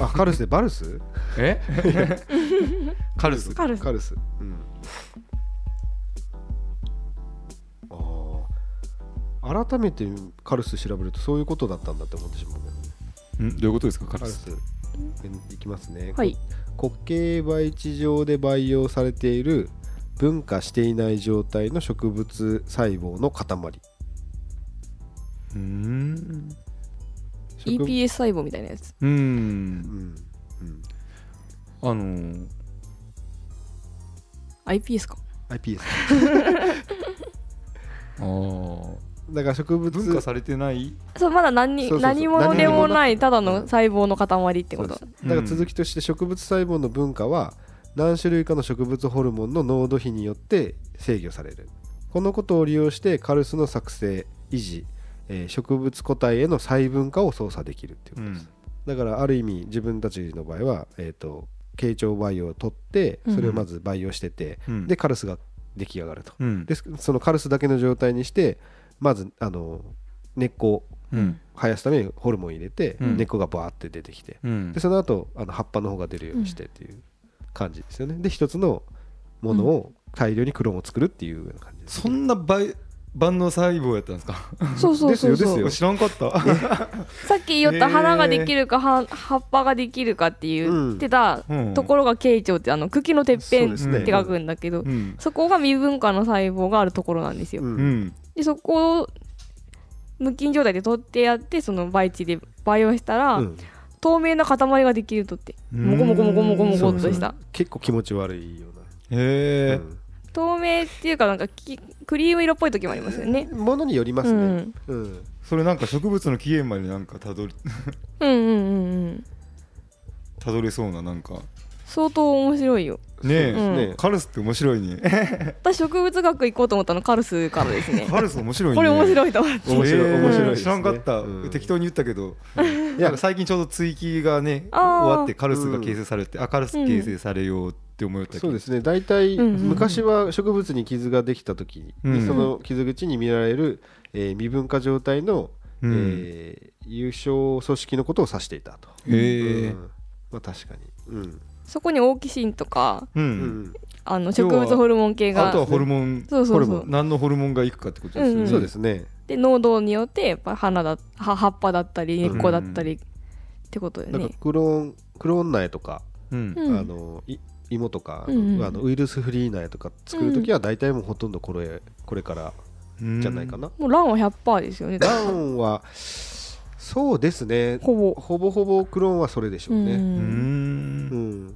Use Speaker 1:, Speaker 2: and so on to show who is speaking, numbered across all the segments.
Speaker 1: あカルスでバルス
Speaker 2: えカルス
Speaker 3: カルス
Speaker 1: カルスうんあー改めてカルス調べるとそういうことだったんだって思ってしまうね
Speaker 2: んどういうことですかカ
Speaker 1: カ
Speaker 2: ル
Speaker 1: ル
Speaker 2: ス
Speaker 1: スいきますね
Speaker 3: はい
Speaker 1: 固形培地上で培養されている分化していない状態の植物細胞の塊
Speaker 2: うーん
Speaker 1: 植
Speaker 3: EPS 細胞みたいなやつ
Speaker 2: うー
Speaker 1: うんんうん
Speaker 2: あのー
Speaker 3: iPS か
Speaker 1: iPS
Speaker 2: あー
Speaker 1: だから植物
Speaker 2: 分化されてない
Speaker 3: そうまだ何
Speaker 1: そうそうそう
Speaker 3: 何者で
Speaker 1: 何者でも
Speaker 3: もな
Speaker 1: ない
Speaker 3: ただの細胞の塊ってこと
Speaker 1: そうですだから続きとして植物細胞の分化は何種類かの植物ホルモンの濃度比によって制御されるこのことを利用してカルスの作成維持、えー植物個体への細分化を操作できるっていうことです、だからある意味自分たちの場合は、えー、と慶長培養を取って
Speaker 3: うん
Speaker 1: それをまず培養してて、
Speaker 2: うん
Speaker 1: でカルスが出来上がると、
Speaker 2: うん
Speaker 1: ですそのカルスだけの状態にしてまずあの根っこを
Speaker 2: うん
Speaker 1: 生やすためにホルモン入れて、
Speaker 2: うん
Speaker 1: 根っこがバーって出てきて
Speaker 2: うん
Speaker 1: でその後あの葉っぱの方が出るようにしてっていう感じですよね、で一つのものを大量にクローンを作るっていうような感じです、
Speaker 2: そんな倍万能細胞やったんですか
Speaker 3: そうそうそう
Speaker 1: ですよ
Speaker 3: そ
Speaker 1: です
Speaker 3: う
Speaker 1: よ
Speaker 2: 知らんかった
Speaker 3: さっき言っ
Speaker 2: へー
Speaker 3: た花ができるかは葉っぱができるかって言ってた
Speaker 2: うん
Speaker 3: ところが慶長ってあの茎のてっぺ
Speaker 1: そうん
Speaker 3: っ
Speaker 1: で
Speaker 3: て
Speaker 1: すね
Speaker 3: 書くんだけど
Speaker 2: うん
Speaker 3: そこが未分化の細胞があるところなんですよ
Speaker 1: う
Speaker 2: うんん
Speaker 3: でそこを無菌状態で取ってやってその培地で培養したら、
Speaker 1: うん
Speaker 3: 透明な塊ができるとって
Speaker 2: うーん
Speaker 3: モコモコモコモコモコっとし
Speaker 1: う
Speaker 3: た
Speaker 1: ん結構気持ち悪いような、
Speaker 2: へえ
Speaker 1: うん
Speaker 3: 透明っていうかなんかきクリーム色っぽい時もありますよね
Speaker 1: ものによりますね、うん
Speaker 2: それなんか植物の起源までなんかたどり
Speaker 3: うんうんうんうん
Speaker 2: たどれそうななんか
Speaker 3: 相当面白いよ
Speaker 2: ね
Speaker 3: そう
Speaker 2: え
Speaker 1: ですね
Speaker 2: カルスって面白いね
Speaker 3: 私植物学行こうと思ったのカルスからで すね
Speaker 2: カルス面白いね
Speaker 3: これ面
Speaker 2: い
Speaker 3: 白いと思って
Speaker 1: 面白い面白いですね
Speaker 2: 知らんかった
Speaker 1: うん
Speaker 2: 適当に言ったけど
Speaker 1: い
Speaker 2: な
Speaker 1: や
Speaker 2: んか最近ちょうど追記がね
Speaker 3: あー
Speaker 2: 終わってカルスが形成されて、あカルス形成されようって思ったけど、
Speaker 1: そうですね大体、
Speaker 3: うんうん
Speaker 1: 昔は植物に傷ができた時に、
Speaker 2: うん
Speaker 1: その傷口に見られる、えー未分化状態の、
Speaker 2: うん
Speaker 1: えー優勝組織のことを指していたと、
Speaker 2: へえ
Speaker 1: うんまあ確かに、うん
Speaker 3: そこにオーキシンとか
Speaker 2: うん、
Speaker 1: うん
Speaker 3: あの植物ホルモン系
Speaker 2: あとは
Speaker 3: が
Speaker 2: ホルモン
Speaker 3: そうそうそう
Speaker 2: 何のホルモンがいくかってことですよね、
Speaker 3: うん
Speaker 1: そうですね
Speaker 3: で濃度によってやっぱ花だ葉葉っぱだったり
Speaker 1: うん
Speaker 3: 根っこだったりってことで
Speaker 1: なん
Speaker 3: ね
Speaker 1: かクローンクローン苗とか、
Speaker 2: うん
Speaker 3: うん
Speaker 1: あのい芋とか、
Speaker 3: うんうん
Speaker 1: あのウイルスフリー苗とか作るときは大体もうほとんどこれこれから
Speaker 2: うん
Speaker 1: じゃないかな。
Speaker 3: もうランは100%ですよね
Speaker 1: ダウンはそうですね
Speaker 3: ほぼ
Speaker 1: ほぼほぼクローンはそれでしょう
Speaker 3: う
Speaker 1: ね。
Speaker 2: うん
Speaker 1: うんん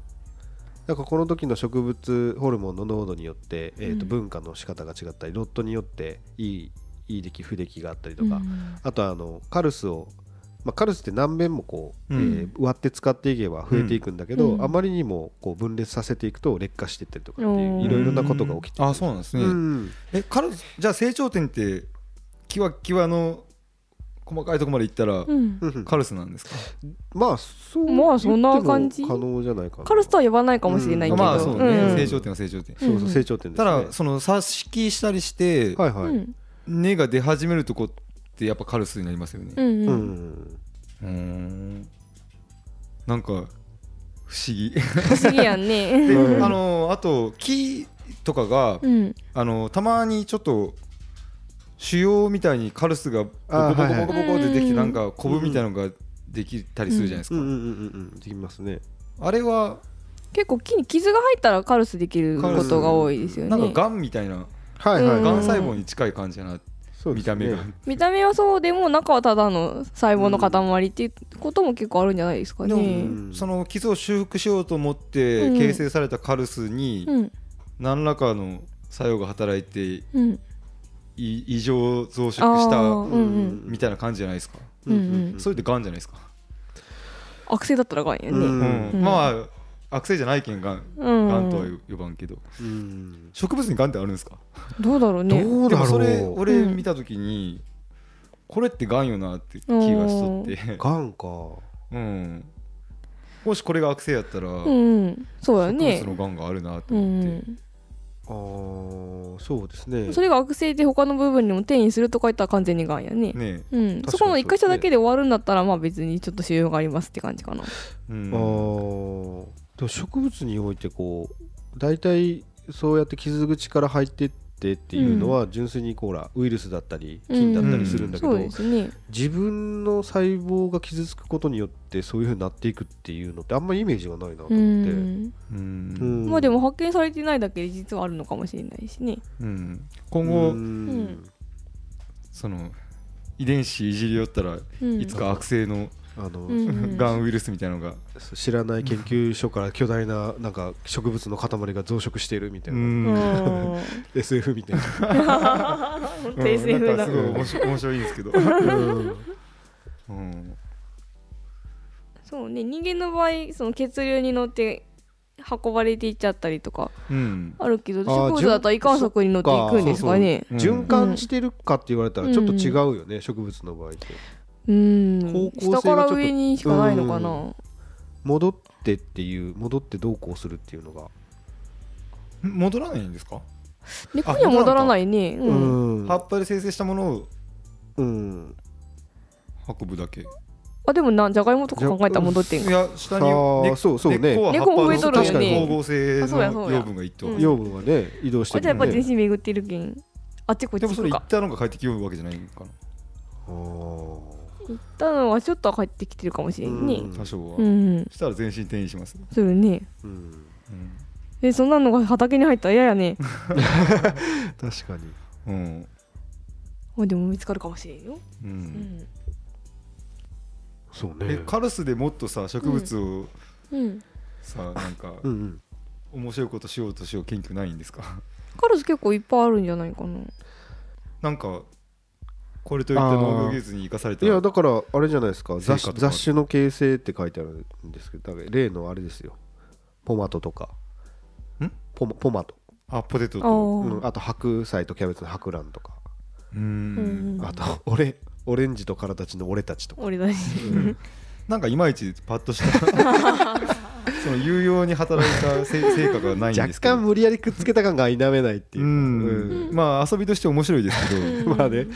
Speaker 1: なんかこの時の植物ホルモンの濃度によって、えー、
Speaker 3: う
Speaker 1: と
Speaker 3: ん
Speaker 1: 文化の仕方が違ったりロットによっていいいい出来不出来があったりとか、あとはあのカルスを、まあ、カルスって何遍もこう、
Speaker 2: うん
Speaker 1: えー割って使っていけば増えていくんだけど、
Speaker 3: うん
Speaker 1: あまりにもこう分裂させていくと劣化していったりとかって
Speaker 3: お
Speaker 1: い
Speaker 3: ー
Speaker 1: ういろいろなことが起きて
Speaker 2: あそうなんです
Speaker 1: る、
Speaker 2: ね、
Speaker 1: うん
Speaker 2: えカルスじゃあ成長点ってキワキワの細かいとこまでいったら、
Speaker 3: うん
Speaker 1: うん
Speaker 2: カルスなんですか
Speaker 1: まあそう
Speaker 3: まあそんな感じ
Speaker 1: 言っても可能じゃないかな
Speaker 3: カルスとは呼ばないかもしれないけど、
Speaker 1: うん
Speaker 2: まあそうね、
Speaker 3: ん
Speaker 2: 成長点は成長点、
Speaker 1: そうそう成長点です
Speaker 2: た
Speaker 1: ね
Speaker 2: だその挿し木したりして、
Speaker 1: はいはい、
Speaker 3: うん
Speaker 2: 根が出始めるとこってやっぱカルスになりますよね
Speaker 3: うん
Speaker 1: う
Speaker 3: うん
Speaker 1: ん
Speaker 2: うーんなんか不思 議
Speaker 3: 不思議やん
Speaker 2: で
Speaker 3: ね
Speaker 1: うん
Speaker 2: あのあと木とかが、
Speaker 3: うん
Speaker 2: あのたまにちょっと腫瘍みたいにカルスがボ
Speaker 1: あ
Speaker 2: コボ
Speaker 1: はい
Speaker 2: コ
Speaker 1: はい
Speaker 2: ボコボコってできて
Speaker 3: うん
Speaker 2: なんかコブみたいのができたりするじゃないです
Speaker 1: うん
Speaker 2: か、
Speaker 1: うんうんうんうんできますね
Speaker 2: あれは
Speaker 3: 結構木に傷が入ったらカルスできることが多いですよ
Speaker 2: なんか
Speaker 3: ね
Speaker 2: がんみたいな
Speaker 1: はいはい、
Speaker 3: うん
Speaker 2: がん細胞に近い感じやな、
Speaker 1: そうで
Speaker 2: 見
Speaker 1: す
Speaker 2: た
Speaker 1: ね
Speaker 2: 目が、
Speaker 3: 見た目はそうでも中はただの細胞の塊っていうことも結構あるんじゃないですか
Speaker 2: で
Speaker 3: ね
Speaker 2: も、
Speaker 1: ん
Speaker 2: その傷を修復しようと思って
Speaker 3: うん
Speaker 2: 形成されたカルスに
Speaker 3: うん
Speaker 2: 何らかの作用が働いて
Speaker 3: うん
Speaker 2: い異常増殖し
Speaker 3: あ
Speaker 2: た
Speaker 3: ーうんうん
Speaker 2: みたいな感じじゃないですか、
Speaker 3: うんうん
Speaker 2: それでがんじゃないですか、
Speaker 3: 悪性だったらがんや
Speaker 1: う
Speaker 3: ね
Speaker 1: ん
Speaker 2: うんまあ悪性じゃないけんがん
Speaker 3: うん
Speaker 2: がんとは呼ばんけど
Speaker 1: うん
Speaker 2: 植物にがんってあるんですか
Speaker 3: どうだろうね
Speaker 1: どう
Speaker 2: で
Speaker 1: だろ
Speaker 2: も
Speaker 1: う
Speaker 2: それ俺
Speaker 3: うん
Speaker 2: 見た時に、これってがんよなって気がしとって、
Speaker 1: がんか
Speaker 2: うん、もしこれが悪性やったら、
Speaker 3: うんうんそうだ
Speaker 2: 植
Speaker 3: ね
Speaker 2: 物のがんがあるなと
Speaker 3: う
Speaker 2: 思って、
Speaker 3: ん
Speaker 1: あーそうですね
Speaker 3: それが悪性で他の部分にも転移するとか言ったら完全にがんやね
Speaker 2: ね
Speaker 3: うん、
Speaker 1: かに
Speaker 3: そこの1箇
Speaker 1: そうですね
Speaker 3: 所だけで終わるんだったら、まあ別にちょっと腫瘍がありますって感じかな
Speaker 2: う
Speaker 1: あ
Speaker 2: ん
Speaker 1: ーでも植物においてこう大体そうやって傷口から入ってってっていうのは純粋にこうほらウイルスだったり菌だったりするんだけど、
Speaker 3: そうですね
Speaker 1: 自分の細胞が傷つくことによってそういうふうになっていくっていうのってあんまりイメージがないなと思っ
Speaker 3: う
Speaker 1: て、
Speaker 3: ん
Speaker 2: うん
Speaker 1: うん
Speaker 3: まあでも発見されてないだけで実はあるのかもしれないしね
Speaker 2: うん今
Speaker 1: う
Speaker 2: 後
Speaker 1: ん
Speaker 2: その遺伝子いじり寄ったら
Speaker 3: うん
Speaker 2: いつか悪性の
Speaker 1: あの、
Speaker 3: うん
Speaker 2: がんウイルスみたいなのが
Speaker 1: そう知らない研究所から巨大ななんか植物の塊が増殖しているみたいな、
Speaker 3: うん
Speaker 1: SF みたいな、
Speaker 3: 本当 SF
Speaker 2: なん
Speaker 3: だ
Speaker 2: かすごい面白面白いんです けど、うん
Speaker 3: そうね人間の場合その血流に乗って運ばれていっちゃったりとか
Speaker 2: うん
Speaker 3: あるけど
Speaker 1: ー
Speaker 3: 植物だったら胃管束に乗っていくんですかね
Speaker 2: うん
Speaker 1: 循環してるかって言われたらちょっと違うよね、植物の場合って
Speaker 3: うん
Speaker 1: 方向性が
Speaker 3: 下から上にしかないのかな
Speaker 1: 戻ってっていう戻ってどうこうするっていうのが、
Speaker 2: 戻らないんですか、
Speaker 3: 根っこには戻らないね
Speaker 1: う
Speaker 3: うん
Speaker 1: ん
Speaker 2: 葉っぱで生成したものを
Speaker 1: うん、
Speaker 2: 運ぶだけい
Speaker 3: あでもなじゃがいもとか考えたら戻ってんか
Speaker 2: や下
Speaker 1: さ
Speaker 2: に
Speaker 1: あ
Speaker 2: 根
Speaker 1: そうそう
Speaker 2: 根っこ
Speaker 1: ね
Speaker 2: は葉っ
Speaker 3: 根っこ植え
Speaker 2: ぱ
Speaker 3: と
Speaker 2: の
Speaker 1: るよね
Speaker 2: 確かに光合成
Speaker 3: あそうやそ
Speaker 2: の
Speaker 3: うや
Speaker 2: 養分がいっては
Speaker 3: うん
Speaker 1: 養分はね移動し
Speaker 3: あ
Speaker 1: て
Speaker 3: じゃあや
Speaker 1: る
Speaker 3: っ
Speaker 1: も
Speaker 3: ぱ
Speaker 1: ん
Speaker 3: 全
Speaker 1: ね
Speaker 3: 身巡ってるけんあっちこっち
Speaker 2: でもそ
Speaker 3: 行く
Speaker 2: れ行
Speaker 3: か
Speaker 2: ったのが帰ってきようわけじゃないのかな
Speaker 1: あー
Speaker 3: 行ったのはちょっとは帰ってきてるかもしれんね
Speaker 1: うん
Speaker 2: 多少は、
Speaker 3: うん
Speaker 2: したら全身転移します、
Speaker 3: するね
Speaker 1: うん、
Speaker 2: うん
Speaker 3: えそんなのが畑に入ったら嫌やね
Speaker 1: 確かに
Speaker 2: うん
Speaker 3: あでも見つかるかもしれんよ
Speaker 2: う
Speaker 3: うんん
Speaker 1: そう
Speaker 2: え
Speaker 1: ね
Speaker 2: カルスでもっとさ植物を
Speaker 3: うん
Speaker 2: さ、なんか
Speaker 1: うんうん
Speaker 2: 面白いことしようとしよう研究ないんですか
Speaker 3: カラス結構いっぱいあるんじゃないかな
Speaker 2: なんかこれといった農業技術に生かされた
Speaker 1: い
Speaker 2: ら
Speaker 1: やだからあれじゃないですか
Speaker 2: 成果
Speaker 1: 雑
Speaker 2: とか
Speaker 1: 種雑種の形成って書いてあるんですけどだから例のあれですよポマトとか
Speaker 2: ん
Speaker 1: ポマポマト、
Speaker 2: あポテト
Speaker 3: あ
Speaker 2: と
Speaker 1: うん
Speaker 3: ー
Speaker 1: あと白菜とキャベツの白蘭とか、
Speaker 2: う
Speaker 3: うんん
Speaker 1: あとオレオレンジとからたちの俺たちとか、
Speaker 3: 俺だし
Speaker 2: なんかいまいちパッとした その有用に働いたせ成果がないんで
Speaker 1: 若
Speaker 2: すけど
Speaker 1: 干無理やりくっつけた感が否めないっていううか
Speaker 2: ん、まあ遊びとして面白いですけど
Speaker 1: うんまあね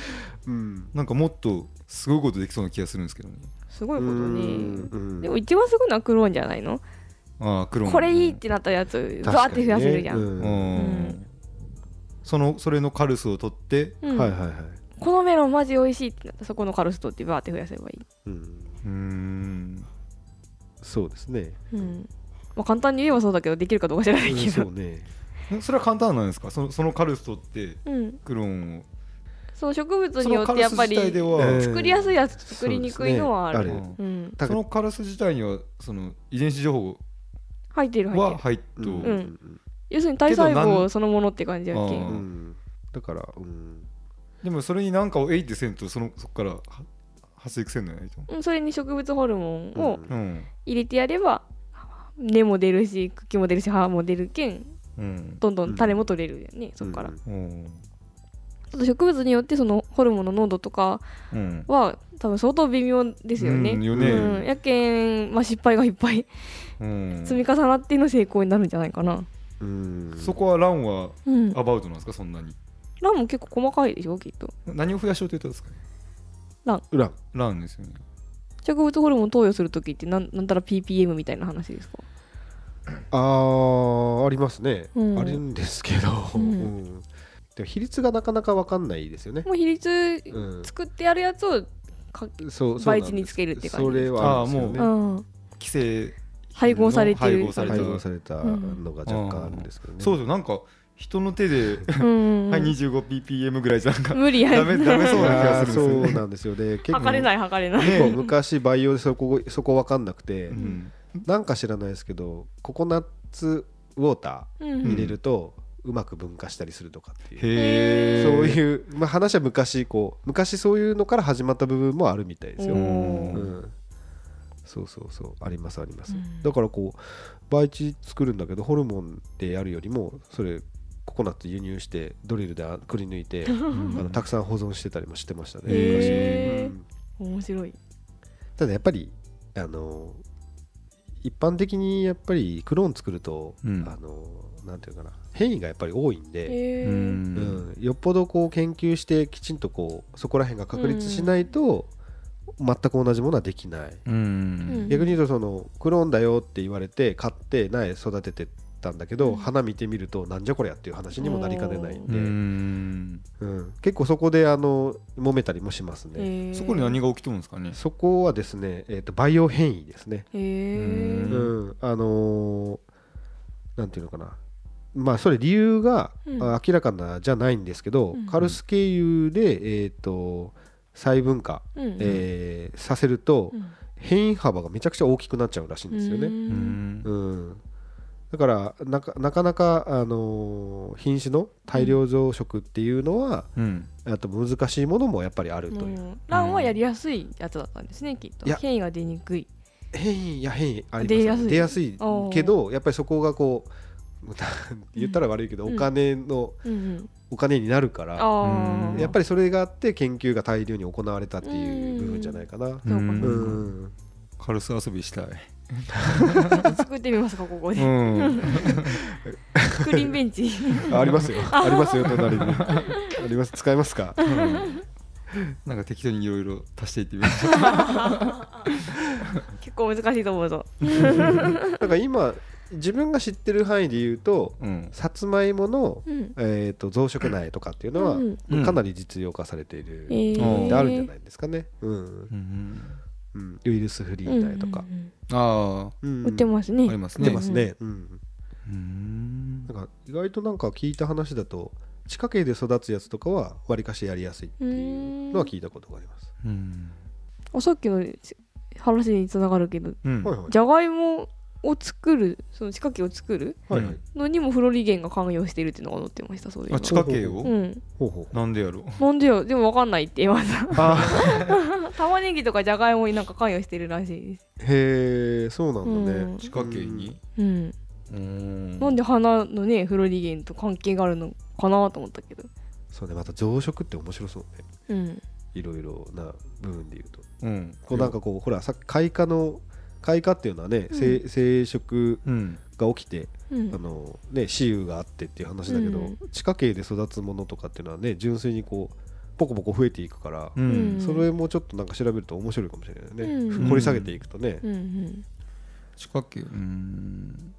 Speaker 1: うん
Speaker 2: なんかもっとすごいことできそうな気がするんですけどね
Speaker 3: すごいことね
Speaker 1: うん
Speaker 3: でも一番すごいのはクローンじゃないの
Speaker 2: ああクローン
Speaker 3: これいいってなったやつバーって増やせるじゃん、
Speaker 1: 確かに
Speaker 2: うん、
Speaker 1: ね
Speaker 3: うん
Speaker 2: そのそれのカルスを取って
Speaker 1: う
Speaker 3: うんん
Speaker 1: はいはいはい、
Speaker 3: このメロンマジ美味しいってなったらそこのカルストってバーって増やせばい
Speaker 1: うん、
Speaker 2: うん
Speaker 1: そうですね
Speaker 3: い、うんまあ、簡単に言えばそうだけどできるかどうか知らない
Speaker 1: うん
Speaker 3: け
Speaker 1: そう
Speaker 3: ど、
Speaker 1: ね
Speaker 2: それは簡単なんですかそのそのカルス取って
Speaker 3: うん、
Speaker 2: クローンを
Speaker 3: その植物
Speaker 2: そ
Speaker 3: によ
Speaker 2: の
Speaker 3: っ
Speaker 2: カ
Speaker 3: てや
Speaker 2: ル
Speaker 3: っ
Speaker 2: ス
Speaker 3: ぱ
Speaker 2: 自体で
Speaker 3: り
Speaker 1: うん
Speaker 2: は
Speaker 3: 作りやすいやつと作りにくいのはあ
Speaker 1: そう
Speaker 3: る
Speaker 1: で
Speaker 2: う
Speaker 1: すね
Speaker 2: ん
Speaker 3: うん、
Speaker 1: ある
Speaker 2: そのカルス自体にはその遺伝子情報
Speaker 3: 入ってる入って
Speaker 2: は
Speaker 3: る
Speaker 2: 入っと、
Speaker 1: うん
Speaker 3: うん要するに体細
Speaker 2: けどな
Speaker 3: 胞
Speaker 2: ん
Speaker 3: そのものって感じやけ
Speaker 1: うんん
Speaker 2: あ
Speaker 1: だからうん
Speaker 2: でもそれに何かをえいってせんとそのそこからは発育せんのやないと、
Speaker 3: うんそれに植物ホルモンを
Speaker 1: うん
Speaker 2: うん
Speaker 3: 入れてやれば根も出るし茎も出るし葉も出るけん
Speaker 2: うん
Speaker 3: どんどん種も取れるよね、そっから、
Speaker 1: うん
Speaker 2: うん
Speaker 3: あと植物によってそのホルモンの濃度とか
Speaker 2: うん
Speaker 3: は多分相当微妙ですよね、
Speaker 2: うんよ
Speaker 1: う
Speaker 3: うん、やけん、まあ、失敗がいっぱい
Speaker 2: うん
Speaker 3: 積み重なっての成功になるんじゃないかな。
Speaker 1: うん
Speaker 2: そこはランは
Speaker 3: うん、
Speaker 2: アバウトなんですかそんなに
Speaker 3: ランも結構細かいでしょきっと。
Speaker 2: 何を増やしようと言ったんですか
Speaker 1: 裏
Speaker 2: ランですよね
Speaker 3: 植物ホルモン投与するときってなんなんたら PPM みたいな話ですか
Speaker 1: あーありますね、
Speaker 3: うん
Speaker 1: あるんですけど、
Speaker 3: うん
Speaker 1: うんでも比率がなかなか分かんないですよね、
Speaker 3: もう比率
Speaker 1: うん、
Speaker 3: 作ってやるやつをか
Speaker 1: そうそう
Speaker 3: 倍
Speaker 1: なんです
Speaker 3: 地につけるって感じ
Speaker 1: それはあるんですよ
Speaker 2: あー
Speaker 1: ね
Speaker 2: も
Speaker 3: うん
Speaker 2: 規制
Speaker 3: 配合されてる
Speaker 2: 配合された
Speaker 1: 配
Speaker 2: そ
Speaker 1: 合
Speaker 2: う
Speaker 1: されたのが若干あるんですけどね、
Speaker 2: そうなんか人の手で、
Speaker 3: うん
Speaker 2: はい 25ppm ぐらいじゃなんか
Speaker 3: 無理や
Speaker 2: ダメダ メそうな気
Speaker 1: あ
Speaker 2: が
Speaker 1: ー
Speaker 2: す
Speaker 1: そ
Speaker 2: るん
Speaker 1: う
Speaker 2: ですよね
Speaker 1: なんですよね結
Speaker 3: 測れない測れない。
Speaker 1: 結構昔培養でそこそこ分かんなくて、
Speaker 2: うん
Speaker 1: なんか知らないですけどココナッツウォータ
Speaker 3: う
Speaker 1: ー入
Speaker 3: ん
Speaker 1: れるとうまく分化したりするとかっていう、
Speaker 2: へえ
Speaker 1: そういう、まあ、話は昔こう昔そういうのから始まった部分もあるみたいですよ、
Speaker 3: う
Speaker 1: うんん
Speaker 2: う
Speaker 1: そうそうそうありますあります、
Speaker 3: うん
Speaker 1: だからこう培地作るんだけどホルモンでやるよりもそれココナッツ輸入してドリルでくり抜いてあのたくさん保存してたりもしてましたね昔、
Speaker 3: へー
Speaker 1: うん
Speaker 3: 面白い。
Speaker 1: ただやっぱりあの一般的にやっぱりクローン作ると、
Speaker 2: うん
Speaker 1: あのなんていうかな変異がやっぱり多いん
Speaker 3: へ
Speaker 1: で、
Speaker 3: え
Speaker 2: う
Speaker 3: うん
Speaker 2: ん
Speaker 1: うんよっぽどこう研究してきちんとこうそこら辺が確立しないと、全く同じものはできない、
Speaker 2: うん
Speaker 1: 逆に言うとそのクローンだよって言われて買って苗育ててたんだけど、
Speaker 3: うん
Speaker 1: 花見てみるとなんじゃこりゃっていう話にもなりかねないん
Speaker 2: う
Speaker 1: で、
Speaker 2: ん
Speaker 1: うん結構そこであの揉めたりもしますね、
Speaker 3: へえ
Speaker 2: そこに何が起きてるんですかね
Speaker 1: そこはですね、えー、とバイオ変異ですね、
Speaker 3: へえ
Speaker 1: う
Speaker 2: うんん
Speaker 1: あのーなんていうのかなまあそれ理由が、
Speaker 3: うん
Speaker 1: あ明らかなじゃないんですけど、
Speaker 3: うん
Speaker 1: カルス経由で、えー、と細分化、
Speaker 3: うん
Speaker 1: えーさせると
Speaker 3: うん
Speaker 1: 変異幅がめちゃくちゃ大きくなっちゃうらしいんですよね。
Speaker 2: う
Speaker 3: うん
Speaker 2: ん
Speaker 1: うん、だからなかなかなか、あのー品種の大量増殖っていうのは、
Speaker 2: うん
Speaker 1: あと難しいものもやっぱりあるという、
Speaker 3: もうランはやりやすいやつだったんですねきっと
Speaker 1: いや
Speaker 3: 変異が出にくい
Speaker 1: 変異や変異あります
Speaker 3: 出やすい
Speaker 1: 出やすい
Speaker 3: おー
Speaker 1: けどやっぱりそこがこ う言ったら悪いけど、
Speaker 3: うん
Speaker 1: お金の
Speaker 3: うんうん
Speaker 1: お金になるから、
Speaker 3: あ
Speaker 2: うん
Speaker 3: あ
Speaker 1: やっぱりそれがあって研究が大量に行われたっていう部分じゃないかな。
Speaker 3: そうか
Speaker 1: う
Speaker 3: そ
Speaker 1: ん
Speaker 3: うか
Speaker 2: カルス遊びしたい
Speaker 3: 作ってみますかここ
Speaker 2: う
Speaker 3: で
Speaker 2: ん
Speaker 3: クリーンベンチ
Speaker 1: あありますよありますよ隣にあります使えますか
Speaker 2: なんか適当にいろいろ足していってみましょう
Speaker 3: 結構難しいと思うぞ
Speaker 1: だから今自分が知ってる範囲で言うと
Speaker 2: うん
Speaker 1: さつまいもの、
Speaker 3: うん
Speaker 1: えー、と増殖苗とかっていうのは、
Speaker 3: うん
Speaker 2: うん
Speaker 1: かなり実用化されている、
Speaker 3: へー
Speaker 2: うん
Speaker 1: であるんじゃないですかね、うん
Speaker 2: うん
Speaker 1: うん、ウイルスフリー苗とか
Speaker 3: う、んうん
Speaker 2: ああ
Speaker 1: うん
Speaker 3: うん売ってますね
Speaker 2: あります
Speaker 1: 売っ
Speaker 2: ね
Speaker 1: てますね、うん
Speaker 2: うん
Speaker 1: なんか意外となんか聞いた話だと地下茎で育つやつとかはわりかしやりやすいっていうのは聞いたことがあります、
Speaker 2: うん
Speaker 3: あさっきの話につながるけど
Speaker 2: うん
Speaker 1: はいはい
Speaker 3: じゃがいもを作るその地下茎を作る
Speaker 1: はいはい
Speaker 3: のにもフロリゲンが関与しているっていうのが載ってましたそういうの
Speaker 2: あ地下茎を
Speaker 3: うん
Speaker 1: ほうほう
Speaker 2: なんでやろう
Speaker 3: なんでよでも分かんないって言いました
Speaker 1: あ
Speaker 3: 玉ねぎとかじゃがいもになんか関与してるらしいです
Speaker 1: へえそうなんだね、
Speaker 3: うん
Speaker 2: 地下茎に
Speaker 3: うん
Speaker 2: うん
Speaker 3: なんで花のねフロリゲンと関係があるのかなと思ったけど
Speaker 1: そうねまた増殖って面白そうね
Speaker 3: うん
Speaker 1: いろいろな部分で言うと
Speaker 2: うん
Speaker 1: こうなんかこうほらさ開花の開花っていうのはね、
Speaker 3: うん
Speaker 1: 生生殖
Speaker 2: うん
Speaker 1: が起きて、
Speaker 3: うん
Speaker 1: あのね雌雄があってっていう話だけど、
Speaker 3: うん
Speaker 1: 地下茎で育つものとかっていうのはね純粋にこうポコポコ増えていくから、
Speaker 2: う
Speaker 3: うん
Speaker 2: ん
Speaker 1: それもちょっとなんか調べると面白いかもしれないね、
Speaker 3: うん
Speaker 1: 掘り下げていくとね、
Speaker 3: うんうん
Speaker 2: 地下茎うん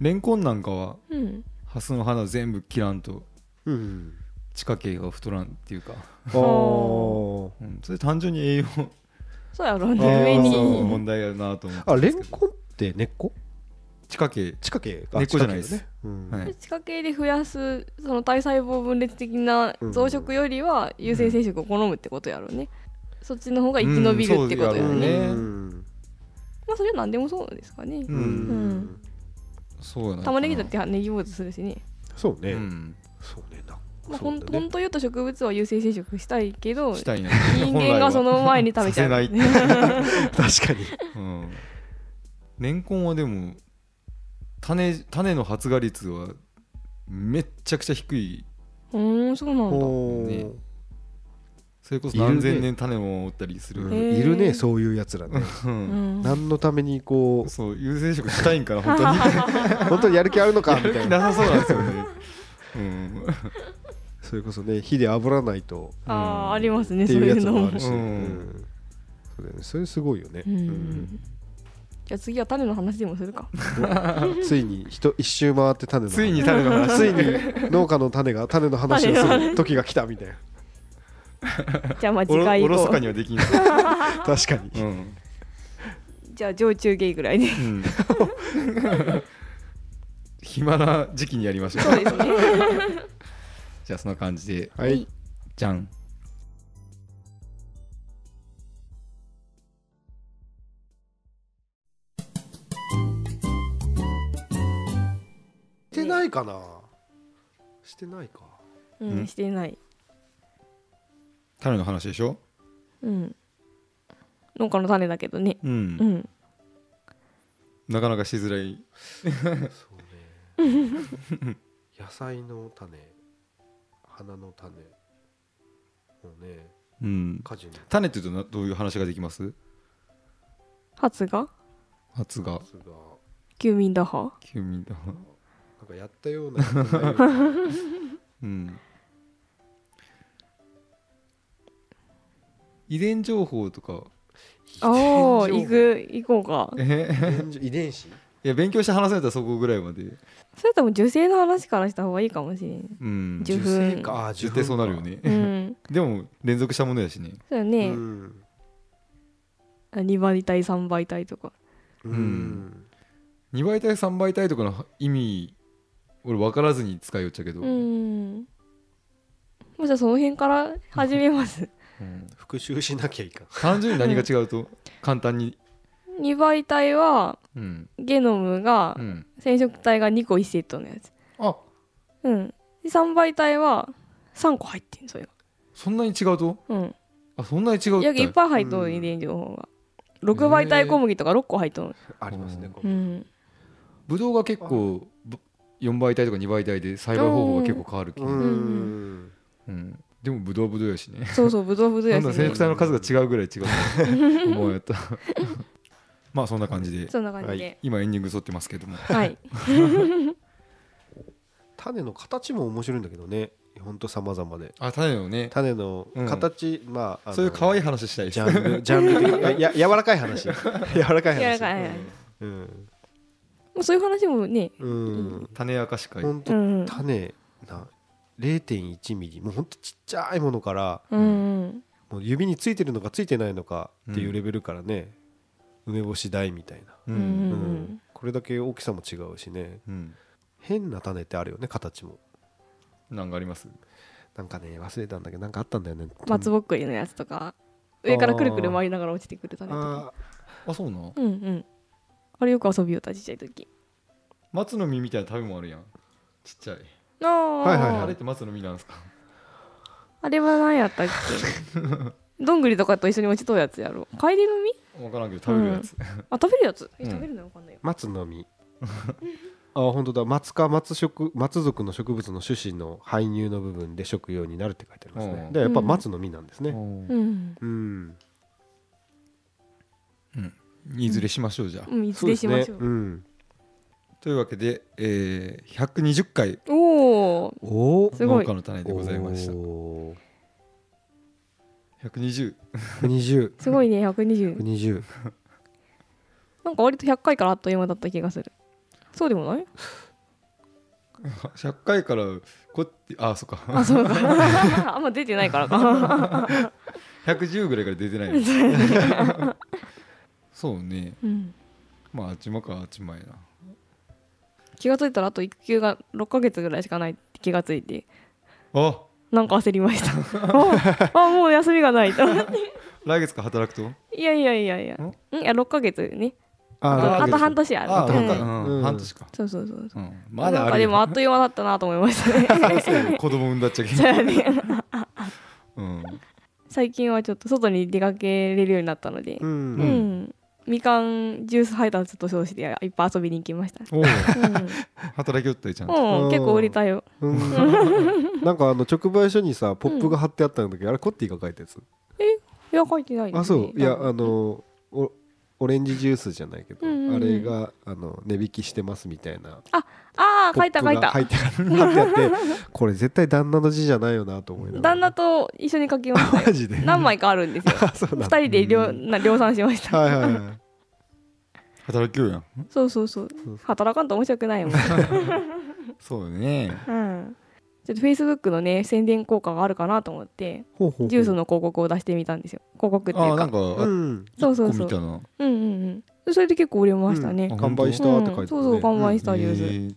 Speaker 2: レンコンなんかは
Speaker 3: うん
Speaker 2: ハスの花全部切らんと
Speaker 1: うん
Speaker 2: 地下茎が太らんっていうか、
Speaker 1: あー
Speaker 2: うん、それ単純に栄養
Speaker 3: そうやろね
Speaker 1: ー
Speaker 3: 上
Speaker 2: そう
Speaker 3: に
Speaker 2: 問題やなと思って
Speaker 1: あレンコンって根っこ
Speaker 2: 地下茎
Speaker 1: 地下茎
Speaker 2: 根っこじゃないです
Speaker 1: ね、うん
Speaker 2: はい
Speaker 3: 地下茎で増やすその体細胞分裂的な増殖よりは優性生殖を好むってことやろね、そっちの方が生き延びるってこと
Speaker 2: い
Speaker 3: や
Speaker 1: う
Speaker 3: ろ
Speaker 1: ん
Speaker 3: ね、
Speaker 2: ね
Speaker 1: うん
Speaker 3: まあそれは何でもそうですかね、
Speaker 2: うん
Speaker 1: うん
Speaker 2: そうやな
Speaker 3: 玉ねぎだってネギ坊主するしね
Speaker 1: そうね、
Speaker 2: うん
Speaker 1: そうねな
Speaker 3: まあ、
Speaker 1: そ
Speaker 3: ほ
Speaker 1: うんだね
Speaker 3: 本当言うと植物は優性生殖したいけど
Speaker 2: したいな
Speaker 3: 人間がその前に食べちゃう
Speaker 2: 本来
Speaker 1: 確かに
Speaker 2: うんレンコンはでも種種の発芽率はめっちゃくちゃ低いう
Speaker 3: ーんそうなんだ
Speaker 1: おー
Speaker 2: ねそれこそ
Speaker 1: いるね
Speaker 2: 何千年種を持ったりする、
Speaker 1: うん
Speaker 3: へー
Speaker 1: いるねそういうやつらね
Speaker 2: う
Speaker 3: うんん
Speaker 1: 何のためにこ
Speaker 2: そう優生殖したいんかな本当に
Speaker 1: う本当にやる気あるのか
Speaker 2: や
Speaker 1: み
Speaker 2: る
Speaker 1: た い
Speaker 2: 気
Speaker 1: な
Speaker 2: なさそうなんですよね、うん
Speaker 1: それこそね火で炙らないと
Speaker 3: ああありますね
Speaker 1: って
Speaker 3: そう
Speaker 1: いう
Speaker 3: い
Speaker 1: や
Speaker 3: う
Speaker 1: つ
Speaker 3: の
Speaker 1: も
Speaker 3: も
Speaker 1: あるし
Speaker 2: そういうのも
Speaker 1: うんそうだよねそれすごいよね
Speaker 3: う
Speaker 1: うん
Speaker 3: んじゃあ次は種の話でもするか
Speaker 1: ついに人一周回って種の
Speaker 2: ついに種の話
Speaker 1: ついに農家の種が種の話をする時が来たみたいな
Speaker 3: じゃあまあ
Speaker 2: お
Speaker 3: 次
Speaker 2: ろ
Speaker 3: 回以
Speaker 2: おろそ
Speaker 3: 降
Speaker 2: かにはできない、
Speaker 1: 確かに
Speaker 2: うん
Speaker 3: じゃあ上中下ぐら いで
Speaker 2: うん、暇な時期にやりましょう
Speaker 3: そうですね
Speaker 2: じゃあそんな感じで
Speaker 1: はい
Speaker 2: じゃん
Speaker 1: してないかなしてないか
Speaker 3: う
Speaker 2: うん
Speaker 3: んしてない
Speaker 2: 種の話でしょ
Speaker 3: うん農家の種だけどね
Speaker 2: うん
Speaker 3: うん
Speaker 2: なかなかしづらい
Speaker 1: そうね野菜の種花の種もうね
Speaker 2: うん
Speaker 1: 果樹の
Speaker 2: 種っていうとなどういう話ができます
Speaker 3: 発芽
Speaker 2: 発芽
Speaker 1: 発が
Speaker 3: 休眠打破
Speaker 2: 休眠だ
Speaker 1: なんかやったようなやってないような
Speaker 2: うん遺伝情報とか
Speaker 3: おお
Speaker 1: 遺伝情報
Speaker 3: 行く行こうか
Speaker 2: え
Speaker 1: 遺伝情遺伝子
Speaker 2: いや勉強して話せたらそこぐらいまで
Speaker 3: それとも女性の話からした方がいいかもしれん
Speaker 2: うん
Speaker 3: 受
Speaker 2: 絶
Speaker 3: 粉
Speaker 1: 性かあー受粉か
Speaker 2: 対そうなるよね
Speaker 3: うん
Speaker 2: でも連続したものやしね
Speaker 3: そうだ
Speaker 1: う
Speaker 3: ね、
Speaker 1: ん
Speaker 3: 2倍体3倍体とか
Speaker 1: うん、
Speaker 2: ん2倍体3倍体とかの意味俺分からずに使いよっちゃうけど、
Speaker 3: うんもうじゃあその辺から始めます
Speaker 2: うん
Speaker 1: 復習しなきゃいかん
Speaker 2: 単純に何が違うと簡単に
Speaker 3: 2倍体は
Speaker 2: うん、
Speaker 3: ゲノムが
Speaker 2: うん、
Speaker 3: 染色体が2個1セットのやつ
Speaker 2: あ
Speaker 3: うんで3倍体は3個入ってんそれが
Speaker 2: そんなに違うと
Speaker 3: うん
Speaker 2: あそんなに違う
Speaker 3: いやいっ
Speaker 2: っ
Speaker 3: ぱい入っと
Speaker 1: う
Speaker 3: る
Speaker 1: ん
Speaker 3: 遺伝情報が6倍体小麦とか6個入っとる
Speaker 1: ありますねこ
Speaker 3: う
Speaker 1: うん
Speaker 2: ブドウが結構ぶ4倍体とか2倍体で栽培方法が結構変わるき、
Speaker 1: う
Speaker 2: うん
Speaker 1: ん
Speaker 2: でもブドウはブドウやしね
Speaker 3: そうそうブドウブドウ
Speaker 2: な
Speaker 3: や
Speaker 2: ん
Speaker 3: し
Speaker 2: だ
Speaker 3: ね
Speaker 2: 生体の数が違うぐらい違うと 思うやったまあそんな感じで
Speaker 3: そんな感じで
Speaker 2: 今エンディング沿ってますけども
Speaker 3: はい
Speaker 1: 種の形も面白いんだけどねほんと様々で
Speaker 2: あ種のね
Speaker 1: 種の形、まああの
Speaker 2: そういう可愛い話したいです
Speaker 1: ジャンルジャンル的ないや柔らかい話柔らかい話
Speaker 3: 柔らかいはい
Speaker 1: うん
Speaker 3: もうそういう話もね
Speaker 1: うん
Speaker 2: 種明かし会
Speaker 1: ほん
Speaker 3: う
Speaker 1: と
Speaker 3: ん
Speaker 1: 種な0.1ミリもうほんとちっちゃいものから
Speaker 3: うん
Speaker 1: もう指についてるのかついてないのかっていうレベルからね、梅干し大みたいな、
Speaker 2: う
Speaker 3: うん
Speaker 1: うん
Speaker 3: ん
Speaker 1: これだけ大きさも違うしね
Speaker 2: うん
Speaker 1: 変な種ってあるよね形も
Speaker 2: なんかあります
Speaker 1: なんかね忘れたんだけどなんかあったんだよね
Speaker 3: 松
Speaker 1: ぼ
Speaker 3: ぼっくりのやつとか上からくるくる回りながら落ちてくる種とか
Speaker 1: あ
Speaker 2: あそうなの
Speaker 3: うんうんあれよく遊びよったちっちゃい時
Speaker 2: 松の実みたいな食べ物あるやんちっちゃい
Speaker 3: あ
Speaker 1: はいはい
Speaker 2: あ
Speaker 1: はい
Speaker 2: れっ
Speaker 3: あ
Speaker 2: て松の実なんですか
Speaker 3: あれは何やったっけどんぐりとかと一緒に落ちとうやつやろカエデの実
Speaker 2: 分からんけど食べるやつ
Speaker 3: あ食べるやつえ
Speaker 2: うん
Speaker 3: 食べるのわかんないよ
Speaker 1: 松の実 あ本当だ松科松植松属の植物の種子の排乳の部分で食用になるって書いてありますね
Speaker 2: うん
Speaker 1: でやっぱ松の実なんですね
Speaker 2: おー
Speaker 3: うん
Speaker 1: うん、
Speaker 2: いずれしましょうじゃあ
Speaker 3: うんいつ
Speaker 1: そう
Speaker 3: で
Speaker 1: です
Speaker 3: し
Speaker 1: ね
Speaker 3: ましょう
Speaker 1: うん、
Speaker 2: というわけでえー120回
Speaker 3: おお
Speaker 1: おお
Speaker 3: すご
Speaker 2: 農
Speaker 3: い
Speaker 2: 家の種でございました120
Speaker 1: 120
Speaker 3: すごいね120
Speaker 1: 120
Speaker 3: なんか割と100回からあっという間だった気がするそうでもない
Speaker 2: 100回からこってあそっか
Speaker 3: あそうか あんま出てないからか
Speaker 2: 110ぐらいから出てない の そうね
Speaker 3: うん
Speaker 2: まああっちまかあっちまいな
Speaker 3: 気がついたらあと育休が6ヶ月ぐらいしかないって気がついて
Speaker 2: あ
Speaker 3: なんか焦りまし たああもう休みがないと
Speaker 2: 来月から働くと
Speaker 3: いやいやいやいや
Speaker 2: ん
Speaker 3: うんいや6ヶ月ね
Speaker 2: あ
Speaker 3: あ
Speaker 2: 六ヶ
Speaker 3: あ
Speaker 2: 月
Speaker 3: と半年ある
Speaker 2: あ
Speaker 1: と半年か
Speaker 3: うん
Speaker 2: うん
Speaker 1: うん
Speaker 2: 半年か
Speaker 3: そうそうそう
Speaker 2: うんま
Speaker 3: な
Speaker 2: だ
Speaker 3: ん
Speaker 2: あ
Speaker 3: か
Speaker 2: る
Speaker 3: で
Speaker 2: よ
Speaker 3: もあっという間だったなと思いました ね
Speaker 2: 子供産んだっちゃけ
Speaker 3: そうやね
Speaker 2: うん
Speaker 3: 最近はちょっと外に出かけれるようになったので
Speaker 1: う
Speaker 3: うん、
Speaker 1: ん
Speaker 3: みかんジュース配達と称していっぱい遊びに行きました、
Speaker 2: おう
Speaker 3: うん
Speaker 2: 働きよったりちゃんと
Speaker 3: うん
Speaker 1: うん
Speaker 3: 結構売れたよ。
Speaker 1: うんなん かあの直売所にさポップが貼ってあったんだけど、あれコッティが書いたやつ
Speaker 3: いや書いてない、ね。
Speaker 1: あそういやあ
Speaker 3: あ
Speaker 1: のおオレンジジュースじゃないけど、
Speaker 3: うんうんうん
Speaker 1: あれがあの値引きしてますみたいな
Speaker 3: あー
Speaker 1: ポ
Speaker 3: 書い
Speaker 1: ッ
Speaker 3: た
Speaker 1: プ
Speaker 3: 書い
Speaker 1: が
Speaker 3: た
Speaker 1: 入。ってある 貼ってあってこれ絶対旦那の字じゃないよなと思いながら
Speaker 3: 旦那と一緒に書きましたよ。
Speaker 1: マジで
Speaker 3: 何枚かあるんですよ。
Speaker 1: あそうなんだ
Speaker 3: 二人で量な量産しました。
Speaker 1: はいはいはい
Speaker 2: 働きようやん
Speaker 3: そうそうそう
Speaker 1: そう。
Speaker 3: 働かんと面白くないもん。うん。ちょっ
Speaker 2: そうだね
Speaker 3: とフェイスブックのね宣伝効果があるかなと思って
Speaker 1: ほうほうほう
Speaker 3: ジュースの広告を出してみたんですよ。広告ってい
Speaker 2: あ
Speaker 3: う
Speaker 2: なん
Speaker 3: か。
Speaker 2: か
Speaker 1: う
Speaker 2: あ
Speaker 1: ん
Speaker 3: そうそう
Speaker 2: 一
Speaker 3: そ
Speaker 2: 個
Speaker 3: う
Speaker 2: 見。たな
Speaker 3: うんうんうんで。それで結構売れましたね。
Speaker 2: うん
Speaker 1: 完売したって書いてある、ね
Speaker 3: うんそうそう完売したジュース、
Speaker 2: えー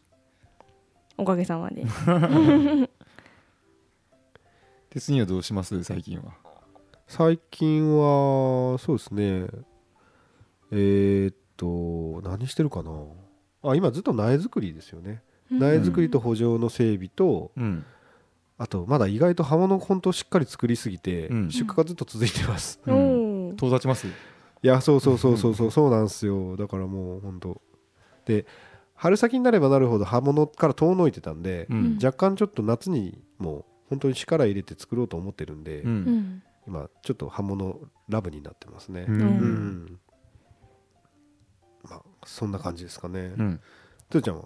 Speaker 3: おかげさまで。
Speaker 2: 鉄にはどうします最近は
Speaker 1: 最近はそうですねえーっと何してるかなあ今ずっと苗作りですよね苗作りと補助の整備と、
Speaker 2: うん
Speaker 1: あとまだ意外と刃物本当しっかり作りすぎて、
Speaker 2: うん
Speaker 1: 出荷がずっと続いてます、
Speaker 3: うん。おー
Speaker 2: 遠立ちます
Speaker 1: いやそうそうそうそうそうそうなんですよだからもう本当で春先になればなるほど刃物から遠のいてたんで、
Speaker 2: うん
Speaker 1: 若干ちょっと夏にもう本当に力入れて作ろうと思ってるんで、
Speaker 2: う
Speaker 3: うんん。
Speaker 1: 今ちょっと刃物ラブになってますね
Speaker 2: う
Speaker 1: うん、
Speaker 3: うん
Speaker 1: まあそんな感じですかね、
Speaker 2: うん
Speaker 1: つーちゃんは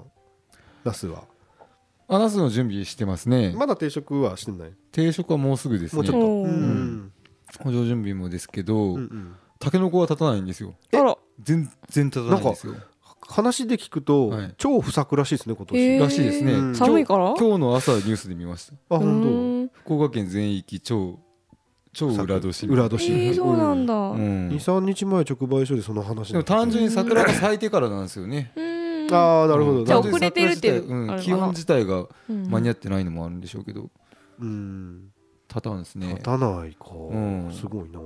Speaker 1: ナスは
Speaker 2: あナスの準備してますね、
Speaker 1: まだ定食はしてない
Speaker 2: 定食はもうすぐです
Speaker 1: もう
Speaker 2: ね
Speaker 1: ちょっと
Speaker 3: おー
Speaker 1: うん
Speaker 2: 補助準備もですけど、
Speaker 1: うんうん
Speaker 2: タケノコは立たないんですよ
Speaker 1: え
Speaker 3: あら
Speaker 2: 全然立たないんですよ
Speaker 1: 話で聞くと、
Speaker 2: はい
Speaker 1: 超不作らしいですね今年、
Speaker 3: へー
Speaker 2: らしいですね、
Speaker 1: うん
Speaker 3: 寒いから
Speaker 2: 今日の朝ニュースで見ました
Speaker 1: あ本
Speaker 3: 本
Speaker 2: 福岡県全域超超裏年
Speaker 1: 裏
Speaker 3: え
Speaker 1: 年
Speaker 3: ー、そうなんだ
Speaker 2: う
Speaker 3: うん
Speaker 1: 当
Speaker 2: ん
Speaker 1: 23
Speaker 2: で
Speaker 1: 日前直売所でその話にな
Speaker 2: も
Speaker 1: ってた
Speaker 2: 単純に桜が咲いてからなんですよね
Speaker 3: ーん
Speaker 1: ああなるほど、
Speaker 2: うん
Speaker 3: じゃあ
Speaker 1: 単
Speaker 3: 遅
Speaker 1: 純に
Speaker 3: れてるってい
Speaker 2: 単
Speaker 3: う
Speaker 2: 純に
Speaker 3: あれかな
Speaker 2: 桜自体うん気温自体が
Speaker 3: うん
Speaker 2: 間に合ってないのもあるんでしょうけど
Speaker 1: うん
Speaker 2: 立たんですね
Speaker 1: 立たないか、
Speaker 2: ん
Speaker 1: すごいな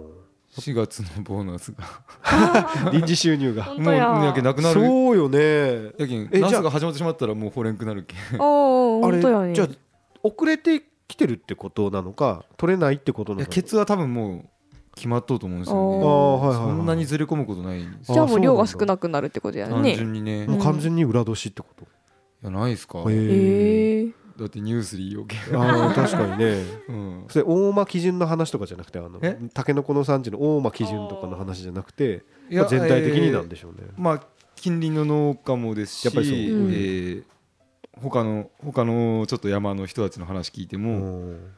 Speaker 2: 4月のボーナスが
Speaker 1: 臨時収入が
Speaker 3: 本
Speaker 2: もう
Speaker 3: 当や
Speaker 2: やけなくなる
Speaker 1: そうよね
Speaker 2: やけん
Speaker 1: え
Speaker 2: ナ
Speaker 1: じゃ
Speaker 2: ス
Speaker 1: あ
Speaker 2: が始まってしまったらもうほれんくなるけん
Speaker 3: ああ
Speaker 1: あ
Speaker 3: 本
Speaker 1: れ
Speaker 3: 当やね
Speaker 1: じゃあ遅れてきてるってことなのか取れないってこと
Speaker 2: い
Speaker 1: な
Speaker 2: や
Speaker 1: のか
Speaker 2: ケツは多分もう決まっとうと思うんです
Speaker 1: あ
Speaker 2: よね
Speaker 1: あはいはい、
Speaker 2: そ
Speaker 1: はい、
Speaker 2: んなにずれ込むことないんです
Speaker 3: じゃあも
Speaker 1: あそうな
Speaker 3: う
Speaker 1: んだ
Speaker 3: 量が少なくなるってことや
Speaker 2: 単
Speaker 3: ね
Speaker 2: 純にね
Speaker 3: う
Speaker 1: も
Speaker 2: いう
Speaker 1: 完全に裏年ってこと、
Speaker 2: やないですか
Speaker 1: へ
Speaker 3: え
Speaker 1: え
Speaker 3: ー、
Speaker 2: だってニュースで言いようけん
Speaker 1: あー確かにね
Speaker 2: うん
Speaker 1: それ大間基準の話とかじゃなくてあの
Speaker 2: え
Speaker 1: タケノコの産地の大間基準とかの話じゃなくて、
Speaker 2: い
Speaker 1: まあ
Speaker 2: や
Speaker 1: 全体的になん
Speaker 2: え
Speaker 1: でしょうね、
Speaker 2: ーまあ近隣の農家もですし
Speaker 1: やっぱりそう
Speaker 2: え
Speaker 3: うん
Speaker 2: ー他の他のちょっと山の人たちの話聞いても
Speaker 1: うん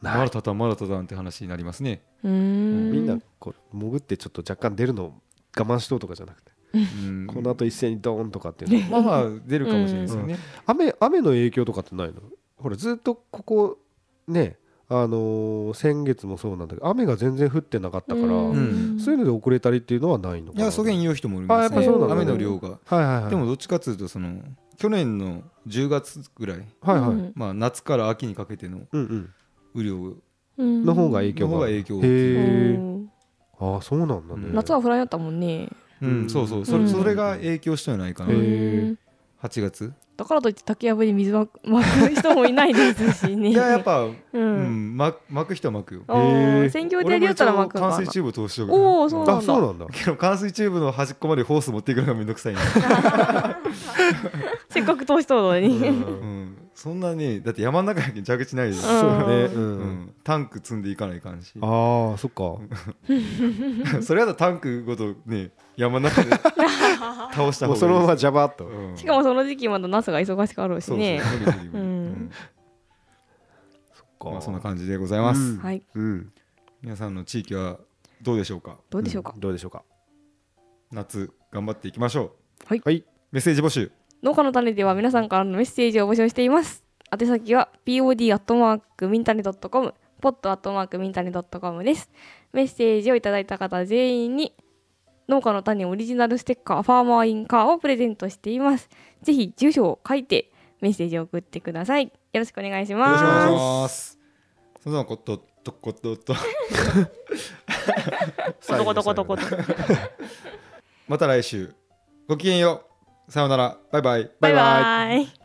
Speaker 2: まだたたんまだたたんって話になりますね
Speaker 3: うーん
Speaker 1: みんなこう潜ってちょっと若干出るのを我慢しとうとかじゃなくて、
Speaker 2: うん
Speaker 1: この後一斉にドーンとかっていうの
Speaker 2: まあまあ出るかもしれないですよね
Speaker 1: 雨雨の影響とかってないのほらずっとここねあのー先月もそうなんだけど雨が全然降ってなかったから、
Speaker 2: ん
Speaker 1: そういうので遅れたりっていうのはないのか
Speaker 2: い
Speaker 1: な
Speaker 2: やそげん言う人もいるんです
Speaker 1: あ
Speaker 2: ね
Speaker 1: やっぱそうなんだ
Speaker 2: 雨の量が
Speaker 1: はいはいはい
Speaker 2: でもどっちかというとその去年の10月ぐらい
Speaker 1: はいはい、う
Speaker 3: うんん
Speaker 2: まあ夏から秋にかけての
Speaker 1: うん
Speaker 2: 雨量
Speaker 3: うん
Speaker 1: の方が影響が
Speaker 2: の方が影響
Speaker 1: へ
Speaker 2: 大きい
Speaker 1: え
Speaker 3: うん
Speaker 1: ああそうなんだね、
Speaker 2: うん
Speaker 3: 夏はフライだったもんね
Speaker 2: う
Speaker 1: うん
Speaker 2: んそうそうそれ
Speaker 3: うん
Speaker 2: それが影響したんじゃないかな
Speaker 1: へえ
Speaker 3: うん
Speaker 2: 8月
Speaker 3: だからといって竹やぶに水まくまく人もいないですしね
Speaker 2: いややっぱ
Speaker 3: う
Speaker 2: うんんま巻く人は巻くよ
Speaker 3: あー
Speaker 1: へー
Speaker 3: 専業
Speaker 2: 俺
Speaker 3: で
Speaker 2: も
Speaker 3: 言った
Speaker 2: 一
Speaker 3: ら
Speaker 2: 応
Speaker 3: 巻くの
Speaker 2: 冠
Speaker 3: かな
Speaker 2: 水チューブ通しておく
Speaker 3: おおそうな
Speaker 1: あ
Speaker 3: ん
Speaker 1: そう
Speaker 3: だ
Speaker 1: なんだ
Speaker 2: けど冠水チューブの端っこまでホース持っていくのがめんどくさいね
Speaker 3: せっかく通しとるのに
Speaker 1: う
Speaker 2: うんんそんなねだって山の中やけん蛇口ないです
Speaker 1: そう
Speaker 3: うん
Speaker 1: だね、う
Speaker 2: うんんタンク積んでいかないかんし
Speaker 1: ああそっか
Speaker 2: それやったらタンクごとね山の中 で倒した
Speaker 1: もう
Speaker 2: 方がいい
Speaker 1: そのままジャバっと、
Speaker 2: うん
Speaker 3: しかもその時期まだナスが忙しくあるし
Speaker 2: そうそう無
Speaker 3: ね
Speaker 2: 理無理無理
Speaker 3: うん
Speaker 2: うん
Speaker 1: か
Speaker 2: まあそんな感じでございま
Speaker 1: う
Speaker 2: す
Speaker 1: ん
Speaker 3: はい
Speaker 1: うん
Speaker 2: 皆さんの地域はどうでしょうか
Speaker 3: どうでしょうか
Speaker 1: んどうでしょうか
Speaker 2: 夏頑張っていきましょう
Speaker 1: はい
Speaker 2: メッセージ募集
Speaker 3: 農家の種では皆さんからのメッセージを募集しています宛先は pod アットマークミンタネドットコムポットアットマークミンタネドットコムですメッセージをいただいた方全員に農家の種オリジナルステッカーファーマーインカーをプレゼントしていますぜひ住所を書いてメッセージを送ってくださいよろしくお願いし
Speaker 2: よろ
Speaker 3: ま
Speaker 2: し
Speaker 3: す
Speaker 2: くお願いしますそのこととことと
Speaker 3: どこどこどこどこ
Speaker 2: また来週ごきげんようさようならバイバイ
Speaker 3: バイバイ